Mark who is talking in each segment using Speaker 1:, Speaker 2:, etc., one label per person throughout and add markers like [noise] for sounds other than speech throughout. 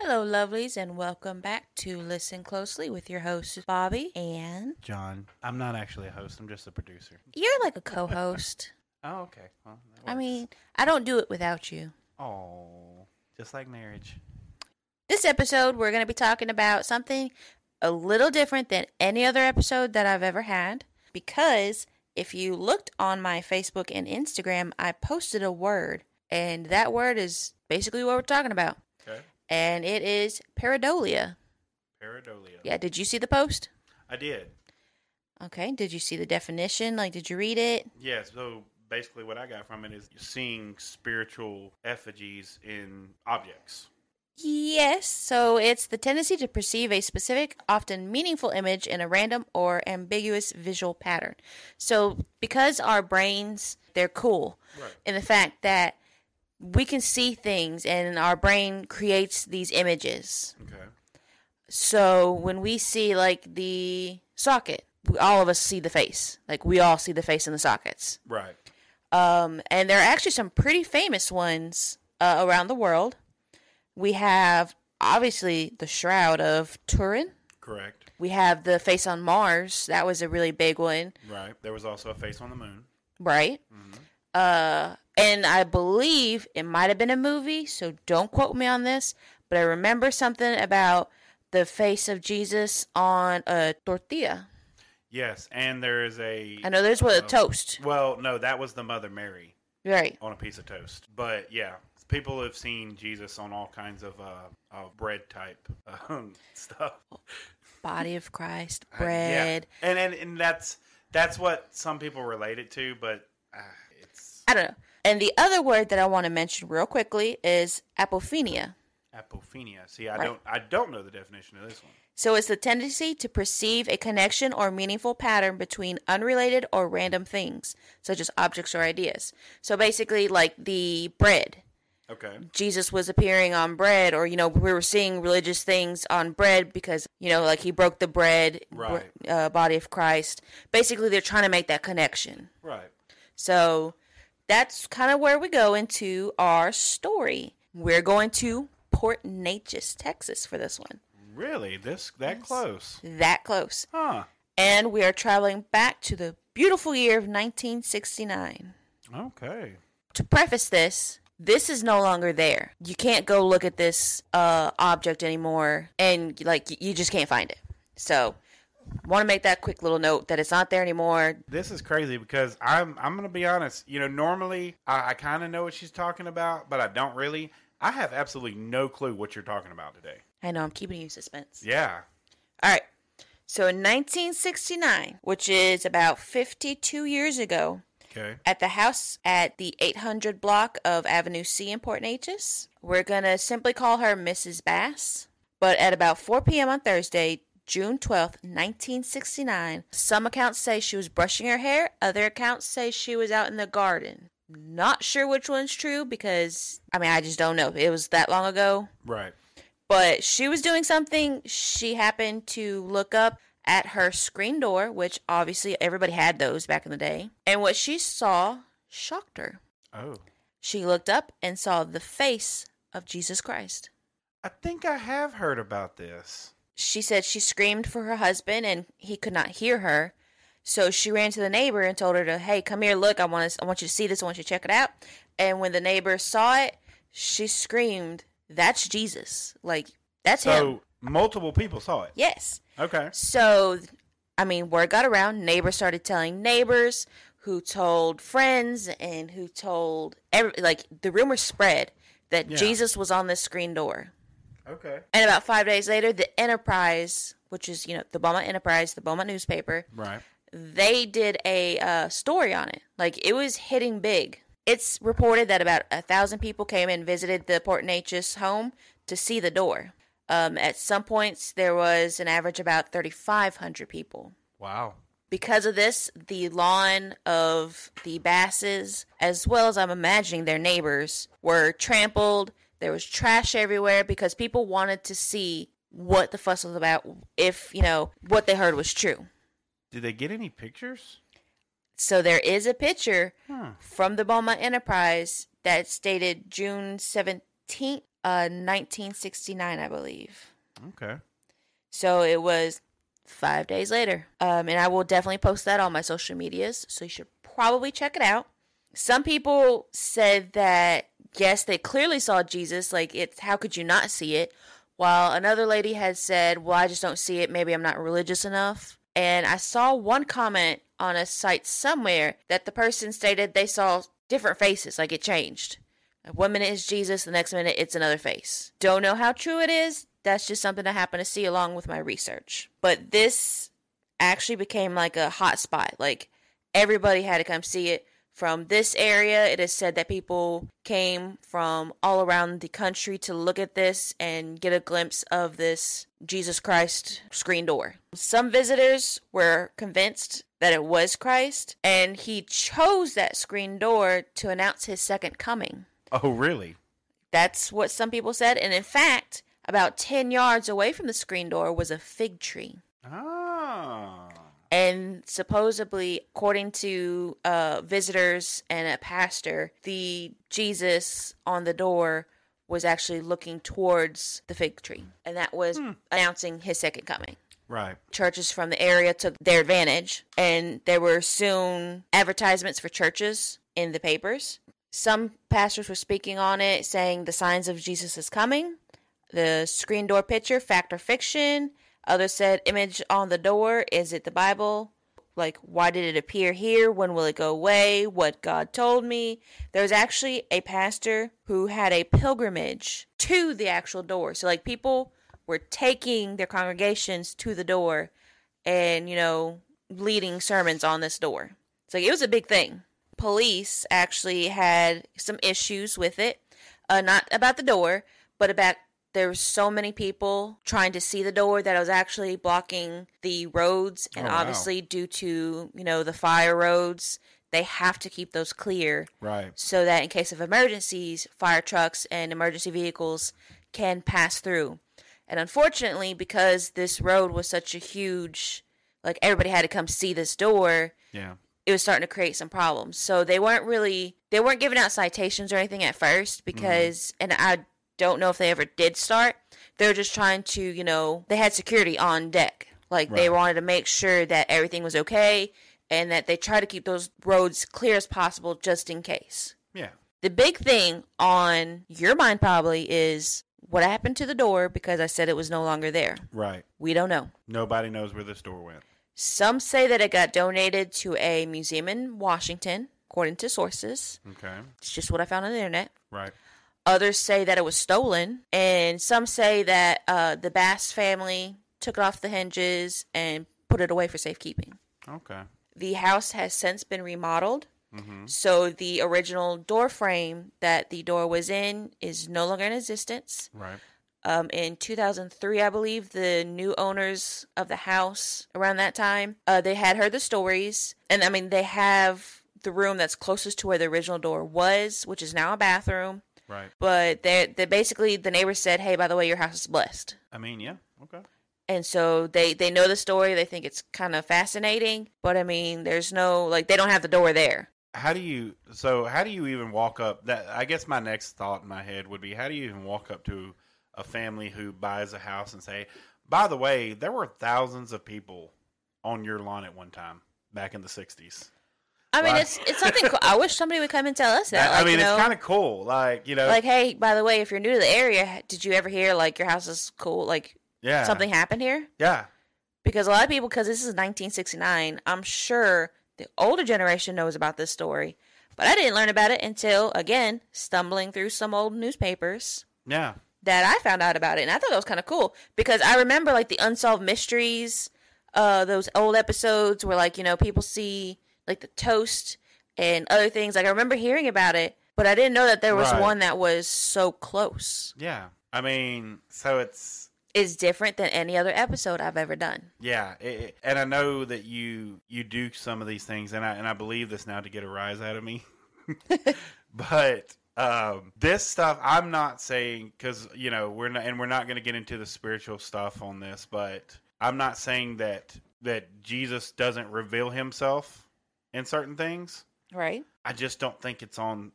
Speaker 1: Hello, lovelies, and welcome back to Listen Closely with your hosts, Bobby and
Speaker 2: John, I'm not actually a host. I'm just a producer.
Speaker 1: you're like a co host.
Speaker 2: Oh, okay. Well, that
Speaker 1: I
Speaker 2: works.
Speaker 1: mean, I don't do it without you.
Speaker 2: oh, just like marriage.
Speaker 1: This episode, we're going to be talking about something a little different than any other episode that I've ever had because if you looked on my Facebook and Instagram, I posted a word, and that word is basically what we're talking about,
Speaker 2: Okay.
Speaker 1: and it is pareidolia.
Speaker 2: Pareidolia.
Speaker 1: Yeah, did you see the post?
Speaker 2: I did.
Speaker 1: Okay, did you see the definition? Like, did you read it?
Speaker 2: Yeah. So basically, what I got from it is seeing spiritual effigies in objects.
Speaker 1: Yes, so it's the tendency to perceive a specific, often meaningful image in a random or ambiguous visual pattern. So, because our brains, they're cool
Speaker 2: Right.
Speaker 1: in the fact that we can see things and our brain creates these images.
Speaker 2: Okay.
Speaker 1: So, when we see like the socket, we, all of us see the face. Like, we all see the face in the sockets.
Speaker 2: Right.
Speaker 1: Um, and there are actually some pretty famous ones uh, around the world. We have obviously the Shroud of Turin.
Speaker 2: Correct.
Speaker 1: We have the face on Mars. That was a really big one,
Speaker 2: Right. There was also a face on the moon.
Speaker 1: right? Uh, and I believe it might have been a movie, so don't quote me on this. But I remember something about the face of Jesus on a tortilla.
Speaker 2: Yes, and there is a.
Speaker 1: I know there's what a
Speaker 2: Oh.
Speaker 1: toast,
Speaker 2: Well, no, that was the Mother Mary
Speaker 1: right?
Speaker 2: on a piece of toast. But yeah, people have seen Jesus on all kinds of uh, uh, bread type um, [laughs] stuff.
Speaker 1: Body of Christ,
Speaker 2: I- yeah.
Speaker 1: bread.
Speaker 2: and, and and that's that's what some people relate it to, but uh, it's
Speaker 1: I don't know. And the other word that I want to mention real quickly is apophenia.
Speaker 2: apophenia. See, I
Speaker 1: Right.
Speaker 2: don't I don't know the definition of this one.
Speaker 1: So it's the tendency to perceive a connection or meaningful pattern between unrelated or random things, such as objects or ideas. So basically, like the bread.
Speaker 2: Okay,
Speaker 1: Jesus was appearing on bread, or, you know, we were seeing religious things on bread because, you know, like he broke the bread, br-
Speaker 2: Right.
Speaker 1: uh, body of Christ. Basically, they're trying to make that connection.
Speaker 2: right.
Speaker 1: So that's kind of where we go into our story. We're going to Port Neches, Texas for this one.
Speaker 2: Really, this that close?
Speaker 1: That close.
Speaker 2: Huh.
Speaker 1: And we are traveling back to the beautiful year of 1969.
Speaker 2: Okay.
Speaker 1: To preface this, this is no longer there. You can't go look at this uh, object anymore, and like y- you just can't find it. So, want to make that quick little note that it's not there anymore.
Speaker 2: This is crazy because I'm I'm gonna be honest. You know, normally I, I kind of know what she's talking about, but I don't really. I have absolutely no clue what you're talking about today.
Speaker 1: I know I'm keeping you in suspense.
Speaker 2: Yeah.
Speaker 1: All right. So in 1969, which is about 52 years ago,
Speaker 2: Okay.
Speaker 1: at the house at the 800 block of Avenue C in Port Neches, we're going to simply call her Mrs. Bass. But at about 4 p.m. on Thursday, June 12th, 1969, some accounts say she was brushing her hair, other accounts say she was out in the garden. Not sure which one's true because, I mean, I just don't know. It was that long ago
Speaker 2: Right.
Speaker 1: but she was doing something she happened to look up at her screen door which obviously everybody had those back in the day and what she saw shocked her
Speaker 2: Oh.
Speaker 1: she looked up and saw the face of jesus christ
Speaker 2: I think I have heard about this.
Speaker 1: she said she screamed for her husband and he could not hear her so she ran to the neighbor and told her to hey come here look i want to i want you to see this i want you to check it out and when the neighbor saw it she screamed that's jesus like that's him
Speaker 2: So multiple people saw it.
Speaker 1: yes
Speaker 2: Okay.
Speaker 1: So, I mean, word got around. Neighbors started telling neighbors, who told friends, and who told every, like the rumor spread that
Speaker 2: Yeah.
Speaker 1: Jesus was on this screen door.
Speaker 2: Okay.
Speaker 1: And about five days later, the Enterprise, which is you know the Beaumont Enterprise, the Beaumont newspaper,
Speaker 2: Right.
Speaker 1: they did a uh, story on it. Like it was hitting big. It's reported that about a thousand people came and visited the Port Neches home to see the door. Um, at some points, there was an average about 3,500 people.
Speaker 2: Wow.
Speaker 1: Because of this, the lawn of the Basses, as well as I'm imagining their neighbors, were trampled. There was trash everywhere because people wanted to see what the fuss was about, if, you know, what they heard was true.
Speaker 2: Did they get any pictures?
Speaker 1: So there is a picture
Speaker 2: Huh.
Speaker 1: from the Beaumont Enterprise that's dated June 17th uh, 1969, I believe.
Speaker 2: Okay.
Speaker 1: So it was five days later. Um, and I will definitely post that on my social medias. So you should probably check it out. Some people said that, yes, they clearly saw Jesus. Like, it's how could you not see it? While another lady had said, well, I just don't see it. Maybe I'm not religious enough. And I saw one comment on a site somewhere that the person stated they saw different faces, like it changed. One minute it's Jesus, the next minute it's another face. Don't know how true it is. That's just something I happen to see along with my research. But this actually became like a hot spot. Like everybody had to come see it. From this area, it is said that people came from all around the country to look at this and get a glimpse of this Jesus Christ screen door. Some visitors were convinced that it was Christ, and he chose that screen door to announce his second coming.
Speaker 2: Oh, really?
Speaker 1: That's what some people said. And in fact, about 10 yards away from the screen door was a fig tree.
Speaker 2: Ah.
Speaker 1: And supposedly, according to uh, visitors and a pastor, the Jesus on the door was actually looking towards the fig tree. And that was announcing his second coming.
Speaker 2: Right.
Speaker 1: Churches from the area took their advantage, and there were soon advertisements for churches in the papers. Some pastors were speaking on it, saying the signs of Jesus is coming, the screen door picture, fact or fiction. Others said image on the door, is it the Bible? Like, why did it appear here? When will it go away? What God told me. There was actually a pastor who had a pilgrimage to the actual door. So, like, people were taking their congregations to the door and, you know, leading sermons on this door. So, it was a big thing. Police actually had some issues with it, uh, not about the door, but about there were so many people trying to see the door that it was actually blocking the roads and
Speaker 2: Oh, wow.
Speaker 1: obviously due to you know the fire roads they have to keep those clear
Speaker 2: Right.
Speaker 1: so that in case of emergencies fire trucks and emergency vehicles can pass through and unfortunately because this road was such a huge like everybody had to come see this door
Speaker 2: Yeah.
Speaker 1: it was starting to create some problems. So they weren't really they weren't giving out citations or anything at first because and I don't know if they ever did start. They were just trying to, you know, they had security on deck. Like they
Speaker 2: Right.
Speaker 1: wanted to make sure that everything was okay and that they try to keep those roads clear as possible just in case.
Speaker 2: Yeah.
Speaker 1: The big thing on your mind probably is what happened to the door because I said it was no longer there.
Speaker 2: Right.
Speaker 1: We don't know.
Speaker 2: Nobody knows where this door went.
Speaker 1: Some say that it got donated to a museum in Washington, according to sources.
Speaker 2: Okay.
Speaker 1: It's just what I found on the internet.
Speaker 2: Right.
Speaker 1: Others say that it was stolen, and some say that uh, the Bass family took it off the hinges and put it away for safekeeping.
Speaker 2: Okay.
Speaker 1: The house has since been remodeled,
Speaker 2: Mhm.
Speaker 1: so the original door frame that the door was in is no longer in existence.
Speaker 2: Right.
Speaker 1: Um, in 2003, I believe, the new owners of the house around that time, uh, they had heard the stories. And I mean, they have the room that's closest to where the original door was, which is now a bathroom.
Speaker 2: Right.
Speaker 1: But they, they basically, the neighbors said, hey, by the way, your house is blessed.
Speaker 2: I mean, yeah. Okay.
Speaker 1: And so they, they know the story. They think it's kind of fascinating. But I mean, there's no, like, they don't have the door there.
Speaker 2: How do you so how do you even walk up that I guess my next thought in my head would be how do you even walk up to a family who buys a house and say, "By the way, there were thousands of people on your lawn at one time back in the 60s."
Speaker 1: I mean,
Speaker 2: Wow.
Speaker 1: it's it's something cool. I wish somebody would come and tell us that.
Speaker 2: I
Speaker 1: Like,
Speaker 2: mean,
Speaker 1: you know,
Speaker 2: it's kind of cool. Like, you know,
Speaker 1: like, hey, by the way, if you're new to the area, did you ever hear like your house is cool? Like,
Speaker 2: yeah.
Speaker 1: something happened here?
Speaker 2: Yeah.
Speaker 1: Because a lot of people, because this is 1969, I'm sure the older generation knows about this story, but I didn't learn about it until, again, stumbling through some old newspapers
Speaker 2: Yeah.
Speaker 1: that I found out about it. And I thought that was kind of cool because I remember like the Unsolved Mysteries, uh, those old episodes where like, you know, people see like the toast and other things. Like I remember hearing about it, but I didn't know that there was
Speaker 2: Right.
Speaker 1: one that was so close.
Speaker 2: Yeah. I mean, so it's
Speaker 1: It's different than any other episode I've ever done.
Speaker 2: yeah, it, it- and I know that you you do some of these things, and I and I believe this now to get a rise out of me. [laughs] but um, this stuff, I'm not saying because you know we're not, and we're not going to get into the spiritual stuff on this, but I'm not saying that that Jesus doesn't reveal Himself in certain things.
Speaker 1: Right?
Speaker 2: I just don't think it's on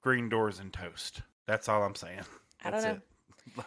Speaker 2: screen doors and toast. That's all I'm saying.
Speaker 1: I don't
Speaker 2: That's it. [laughs]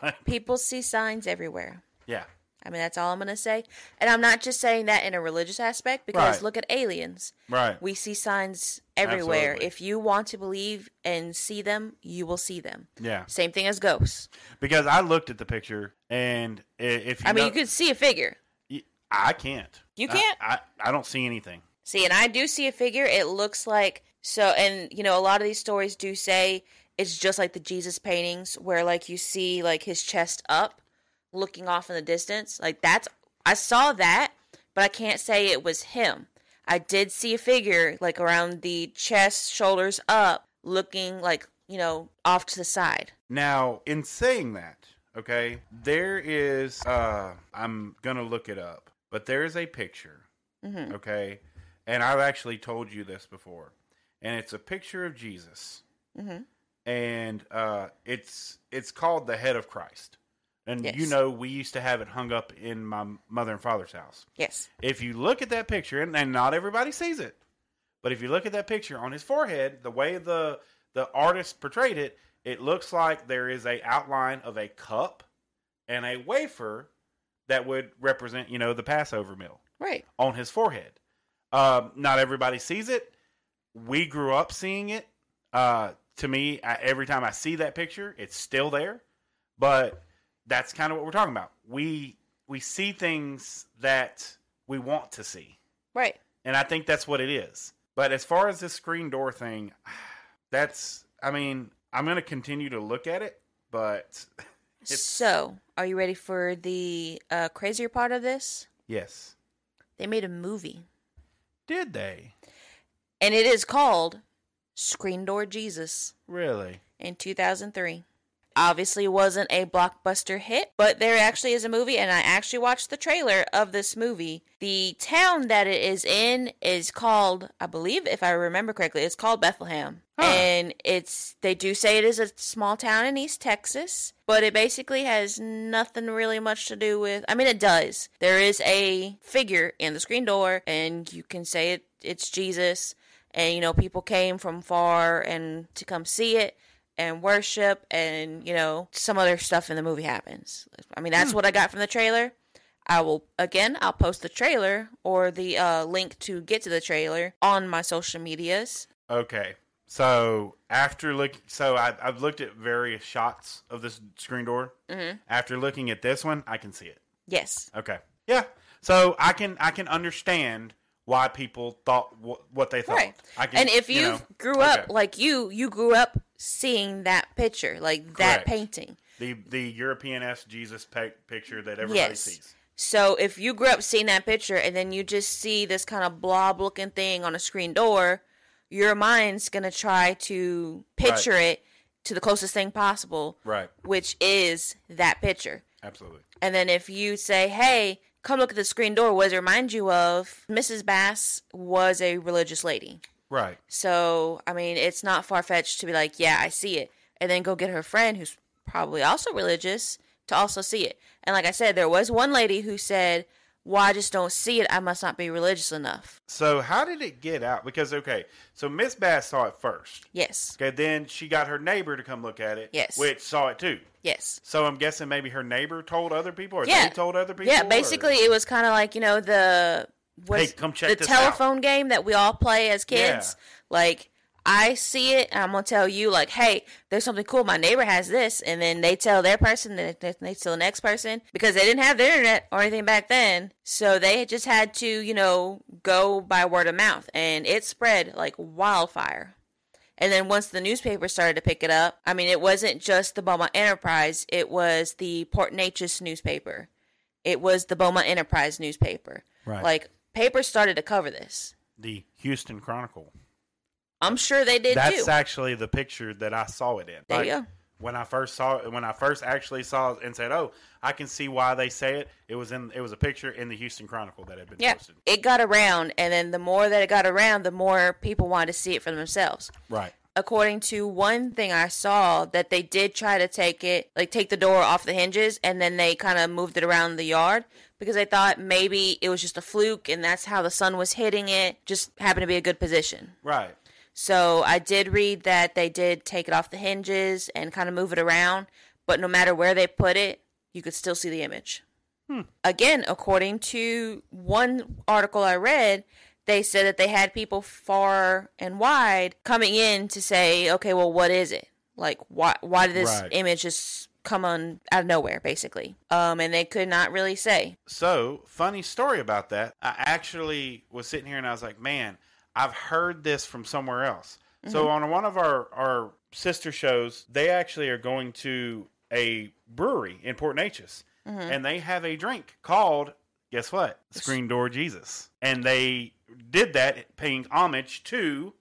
Speaker 2: Like,
Speaker 1: People see signs everywhere.
Speaker 2: yeah.
Speaker 1: I mean, that's all I'm going to say. And I'm not just saying that in a religious aspect because
Speaker 2: Right.
Speaker 1: look at aliens.
Speaker 2: Right.
Speaker 1: We see signs everywhere.
Speaker 2: Absolutely.
Speaker 1: If you want to believe and see them, you will see them.
Speaker 2: yeah.
Speaker 1: Same thing as ghosts.
Speaker 2: Because I looked at the picture, and i- if you
Speaker 1: I mean,
Speaker 2: know-
Speaker 1: you could see a figure.
Speaker 2: y- I can't.
Speaker 1: You
Speaker 2: I-
Speaker 1: can't?
Speaker 2: I, I, don't see anything.
Speaker 1: See, and I do see a figure. It looks like so, and you know, a lot of these stories do say it's just like the Jesus paintings, where like you see like his chest up, looking off in the distance. Like that's I saw that, but I can't say it was him. I did see a figure like around the chest, shoulders up, looking like you know off to the side.
Speaker 2: Now, in saying that, okay, there is. uh I'm gonna look it up, but there is a picture,
Speaker 1: Mm-hmm.
Speaker 2: okay, and I've actually told you this before, and it's a picture of Jesus,
Speaker 1: Mm-hmm.
Speaker 2: and uh it's it's called the head of Christ, and you
Speaker 1: Yes.
Speaker 2: know we used to have it hung up in my mother and father's house.
Speaker 1: Yes.
Speaker 2: if you look at that picture, and, and not everybody sees it, but if you look at that picture on his forehead, the way the the artist portrayed it, it looks like there is a outline of a cup and a wafer that would represent, you know, the Passover meal
Speaker 1: Right.
Speaker 2: on his forehead. Um, not everybody sees it. We grew up seeing it. Uh, to me, I, every time I see that picture, it's still there. But that's kind of what we're talking about. We we see things that we want to see,
Speaker 1: Right.
Speaker 2: and I think that's what it is. But as far as this screen door thing, [sighs] that's I mean, I'm gonna continue to look at it, but [sighs] It's-
Speaker 1: So, are you ready for the uh, crazier part of this?
Speaker 2: yes,
Speaker 1: They made a movie.
Speaker 2: did they
Speaker 1: and it is called Screen Door Jesus
Speaker 2: really?
Speaker 1: in 2003. Obviously wasn't a blockbuster hit, but there actually is a movie and I actually watched the trailer of this movie. The town that it is in is called, I believe if I remember correctly, it's called Bethlehem.
Speaker 2: Huh.
Speaker 1: And it's they do say it is a small town in East Texas, but it basically has nothing really much to do with I mean it does. There is a figure in the screen door and you can say it it's Jesus and you know people came from far and to come see it and worship and you know some other stuff in the movie happens i mean
Speaker 2: Hmm.
Speaker 1: that's what i got from the trailer i will again i'll post the trailer or the uh, link to get to the trailer on my social medias
Speaker 2: Okay. So after look, so I, I've looked at various shots of this screen door.
Speaker 1: hmm
Speaker 2: After looking at this one, I can see it.
Speaker 1: yes
Speaker 2: Okay. Yeah. So I can I can understand why people thought wh- what they thought.
Speaker 1: Right.
Speaker 2: I can,
Speaker 1: and if you,
Speaker 2: know,
Speaker 1: grew up
Speaker 2: okay.
Speaker 1: like you you grew up seeing that picture like that
Speaker 2: Correct.
Speaker 1: painting
Speaker 2: the the European S Jesus pe- picture that everybody
Speaker 1: Yes.
Speaker 2: sees.
Speaker 1: So if you grew up seeing that picture and then you just see this kind of blob looking thing on a screen door, your mind's going to try to picture it to the closest thing possible,
Speaker 2: Right.
Speaker 1: which is that picture.
Speaker 2: Absolutely.
Speaker 1: And then if you say, hey, come look at the screen door, what does it remind you of? Mrs. Bass was a religious lady.
Speaker 2: Right.
Speaker 1: So, I mean, it's not far fetched to be like, yeah, I see it. And then go get her friend who's probably also religious to also see it. And like I said, there was one lady who said, well, I just don't see it. I must not be religious enough.
Speaker 2: So how did it get out? Because okay, so Miss Bass saw it first.
Speaker 1: Yes.
Speaker 2: Okay, then she got her neighbor to come look at it.
Speaker 1: Yes.
Speaker 2: Which saw it too.
Speaker 1: Yes.
Speaker 2: So I'm guessing maybe her neighbor told other people, or
Speaker 1: Yeah.
Speaker 2: they told other people.
Speaker 1: Yeah,
Speaker 2: or-
Speaker 1: basically, it was kind of like, you know, the. Was
Speaker 2: Hey, come check
Speaker 1: the
Speaker 2: this
Speaker 1: telephone game that we all play as kids.
Speaker 2: Yeah.
Speaker 1: Like, I see it, and I'm gonna tell you, like, hey, there's something cool. My neighbor has this, and then they tell their person, then they- they tell the next person because they didn't have the internet or anything back then, so they just had to, you know, go by word of mouth, and it spread like wildfire. And then once the newspaper started to pick it up, I mean, it wasn't just the Beaumont Enterprise; it was the Port Neches newspaper, it was the Beaumont Enterprise newspaper.
Speaker 2: Right.
Speaker 1: Like papers started to cover this.
Speaker 2: the Houston Chronicle.
Speaker 1: I'm sure they did
Speaker 2: That's
Speaker 1: too.
Speaker 2: actually the picture that I saw it in.
Speaker 1: There you go.
Speaker 2: When I first saw it, when I first actually saw it and said, "Oh, I can see why they say it," it was in it was a picture in the Houston Chronicle that had been
Speaker 1: Yeah,
Speaker 2: posted.
Speaker 1: it got around, and then the more that it got around, the more people wanted to see it for themselves.
Speaker 2: Right.
Speaker 1: According to one thing I saw, that they did try to take it, like take the door off the hinges, and then they kind of moved it around the yard because they thought maybe it was just a fluke, and that's how the sun was hitting it. Just happened to be a good position.
Speaker 2: Right.
Speaker 1: So I did read that they did take it off the hinges and kind of move it around, but no matter where they put it, you could still see the image.
Speaker 2: Hmm.
Speaker 1: Again, according to one article I read, they said that they had people far and wide coming in to say, okay, well, what is it? Like, why, why did this
Speaker 2: Right.
Speaker 1: image just come on out of nowhere, basically? Um, and they could not really say.
Speaker 2: So, funny story about that. I actually was sitting here and I was like, man, I've heard this from somewhere else. So, on one of our, our sister shows, they actually are going to a brewery in Port Neches and they have a drink called, guess what? Screen Door Jesus. And they did that paying homage to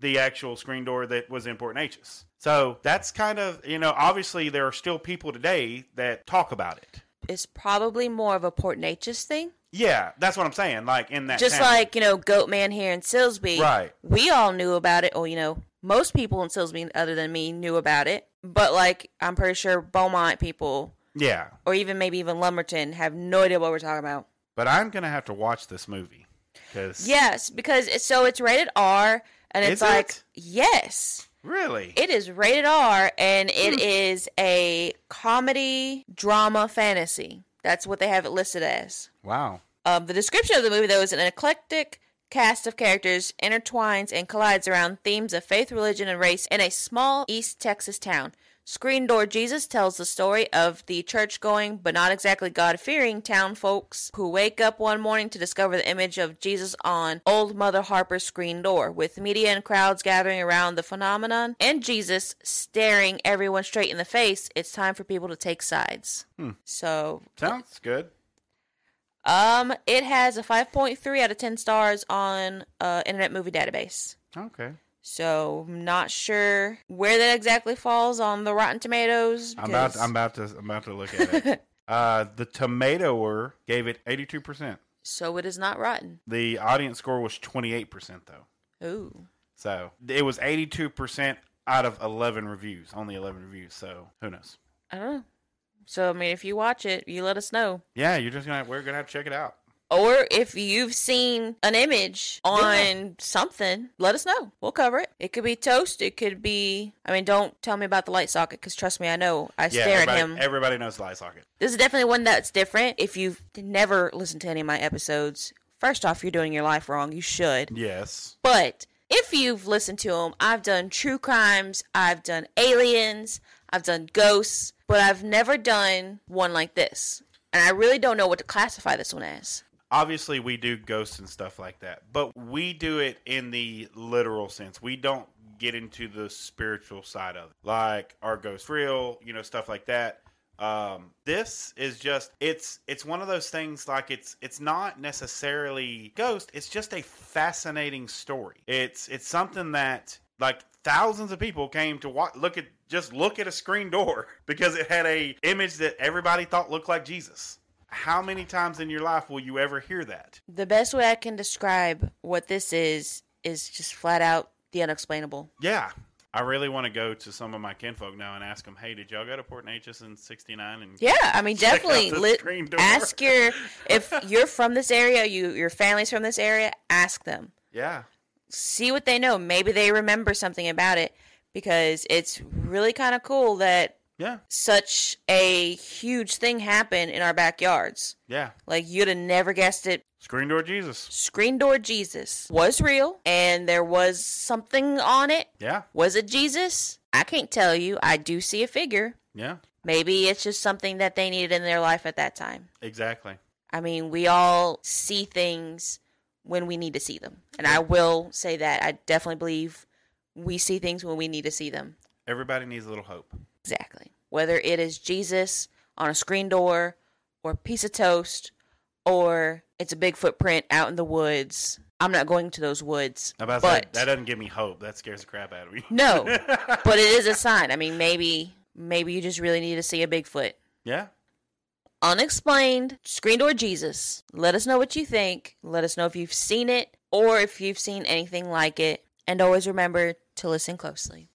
Speaker 2: the actual screen door that was in Port Neches. So, that's kind of, you know, obviously there are still people today that talk about it.
Speaker 1: It's probably more of a Port Nature's thing.
Speaker 2: Yeah, that's what I'm saying. Like in that,
Speaker 1: just
Speaker 2: town.
Speaker 1: like you know goatman here in silsby
Speaker 2: Right.
Speaker 1: we all knew about it or you know most people in silsby other than me knew about it but like i'm pretty sure beaumont people
Speaker 2: yeah.
Speaker 1: or even maybe even lumberton have no idea what we're talking about
Speaker 2: But I'm gonna have to watch this movie because
Speaker 1: yes because it's, so it's rated r and it's
Speaker 2: Is
Speaker 1: like
Speaker 2: it?
Speaker 1: yes
Speaker 2: really,
Speaker 1: it is rated r and
Speaker 2: Hmm.
Speaker 1: it is a comedy drama fantasy that's what they have it listed as
Speaker 2: wow,
Speaker 1: Um, the description of the movie, though, is an eclectic cast of characters intertwines and collides around themes of faith, religion, and race in a small East Texas town. Screen Door Jesus tells the story of the church going, but not exactly God fearing town folks who wake up one morning to discover the image of Jesus on Old Mother Harper's screen door, with media and crowds gathering around the phenomenon and Jesus staring everyone straight in the face. It's time for people to take sides. So
Speaker 2: sounds good.
Speaker 1: um, it has a 5.3 out of 10 stars on uh, Internet Movie Database.
Speaker 2: Okay,
Speaker 1: So I'm not sure where that exactly falls on the Rotten Tomatoes.
Speaker 2: I'm about
Speaker 1: because-
Speaker 2: I'm about to I'm about to look
Speaker 1: [laughs]
Speaker 2: at it. uh, the Tomatoer gave it 82. percent
Speaker 1: so it is not rotten.
Speaker 2: The audience score was 28 percent though,
Speaker 1: Ooh,
Speaker 2: so it was 82 percent out of 11 reviews, only 11 reviews. So who knows?
Speaker 1: I don't know. So I mean, if you watch it, you let us know.
Speaker 2: Yeah, you're just gonna we're gonna have to check it out.
Speaker 1: Or if you've seen an image on something, let us know. We'll cover it. It could be toast. It could be. I mean, don't tell me about the light socket because trust me, I know. I
Speaker 2: Yeah,
Speaker 1: stare at
Speaker 2: everybody,
Speaker 1: him.
Speaker 2: everybody knows Light Socket.
Speaker 1: This is definitely one that's different. If you've never listened to any of my episodes, first off, you're doing your life wrong. You should.
Speaker 2: Yes.
Speaker 1: But if you've listened to them, I've done true crimes, I've done aliens, I've done ghosts, but I've never done one like this. And I really don't know what to classify this one as.
Speaker 2: obviously we do ghosts and stuff like that but we do it in the literal sense we don't get into the spiritual side of it like are ghosts real you know stuff like that um this is just it's it's one of those things like it's it's not necessarily ghost it's just a fascinating story it's it's something that like thousands of people came to watch look at just look at a screen door [laughs] because it had a image that everybody thought looked like jesus how many times in your life will you ever hear that?
Speaker 1: The best way I can describe what this is is just flat out the unexplainable.
Speaker 2: Yeah. I really want to go to some of my kinfolk now and ask them, hey, did y'all go to Port Natchez in 69? And
Speaker 1: Yeah, I mean,
Speaker 2: Check out
Speaker 1: definitely
Speaker 2: the
Speaker 1: li-
Speaker 2: screen door.
Speaker 1: ask your
Speaker 2: [laughs]
Speaker 1: if you're from this area, you your family's from this area, ask them.
Speaker 2: Yeah.
Speaker 1: See what they know. Maybe they remember something about it because it's really kind of cool that
Speaker 2: Yeah.
Speaker 1: such a huge thing happened in our backyards.
Speaker 2: Yeah.
Speaker 1: Like you'd have never guessed it.
Speaker 2: Screen door Jesus.
Speaker 1: Screen door Jesus was real and there was something on it.
Speaker 2: Yeah.
Speaker 1: Was it Jesus? I can't tell you. I do see a figure.
Speaker 2: Yeah.
Speaker 1: Maybe it's just something that they needed in their life at that time.
Speaker 2: Exactly.
Speaker 1: I mean, we all see things when we need to see them. And I will say that I definitely believe we see things when we need to see them.
Speaker 2: Everybody needs a little hope.
Speaker 1: Exactly. Whether it is Jesus on a screen door or a piece of toast or it's a big footprint out in the woods. I'm not going to those woods.
Speaker 2: How about
Speaker 1: but
Speaker 2: that? That doesn't give me hope. That scares the crap out of me. [laughs]
Speaker 1: no. but it is a sign. I mean, maybe maybe you just really need to see a Bigfoot.
Speaker 2: yeah.
Speaker 1: unexplained screen door jesus let us know what you think let us know if you've seen it or if you've seen anything like it and always remember to listen closely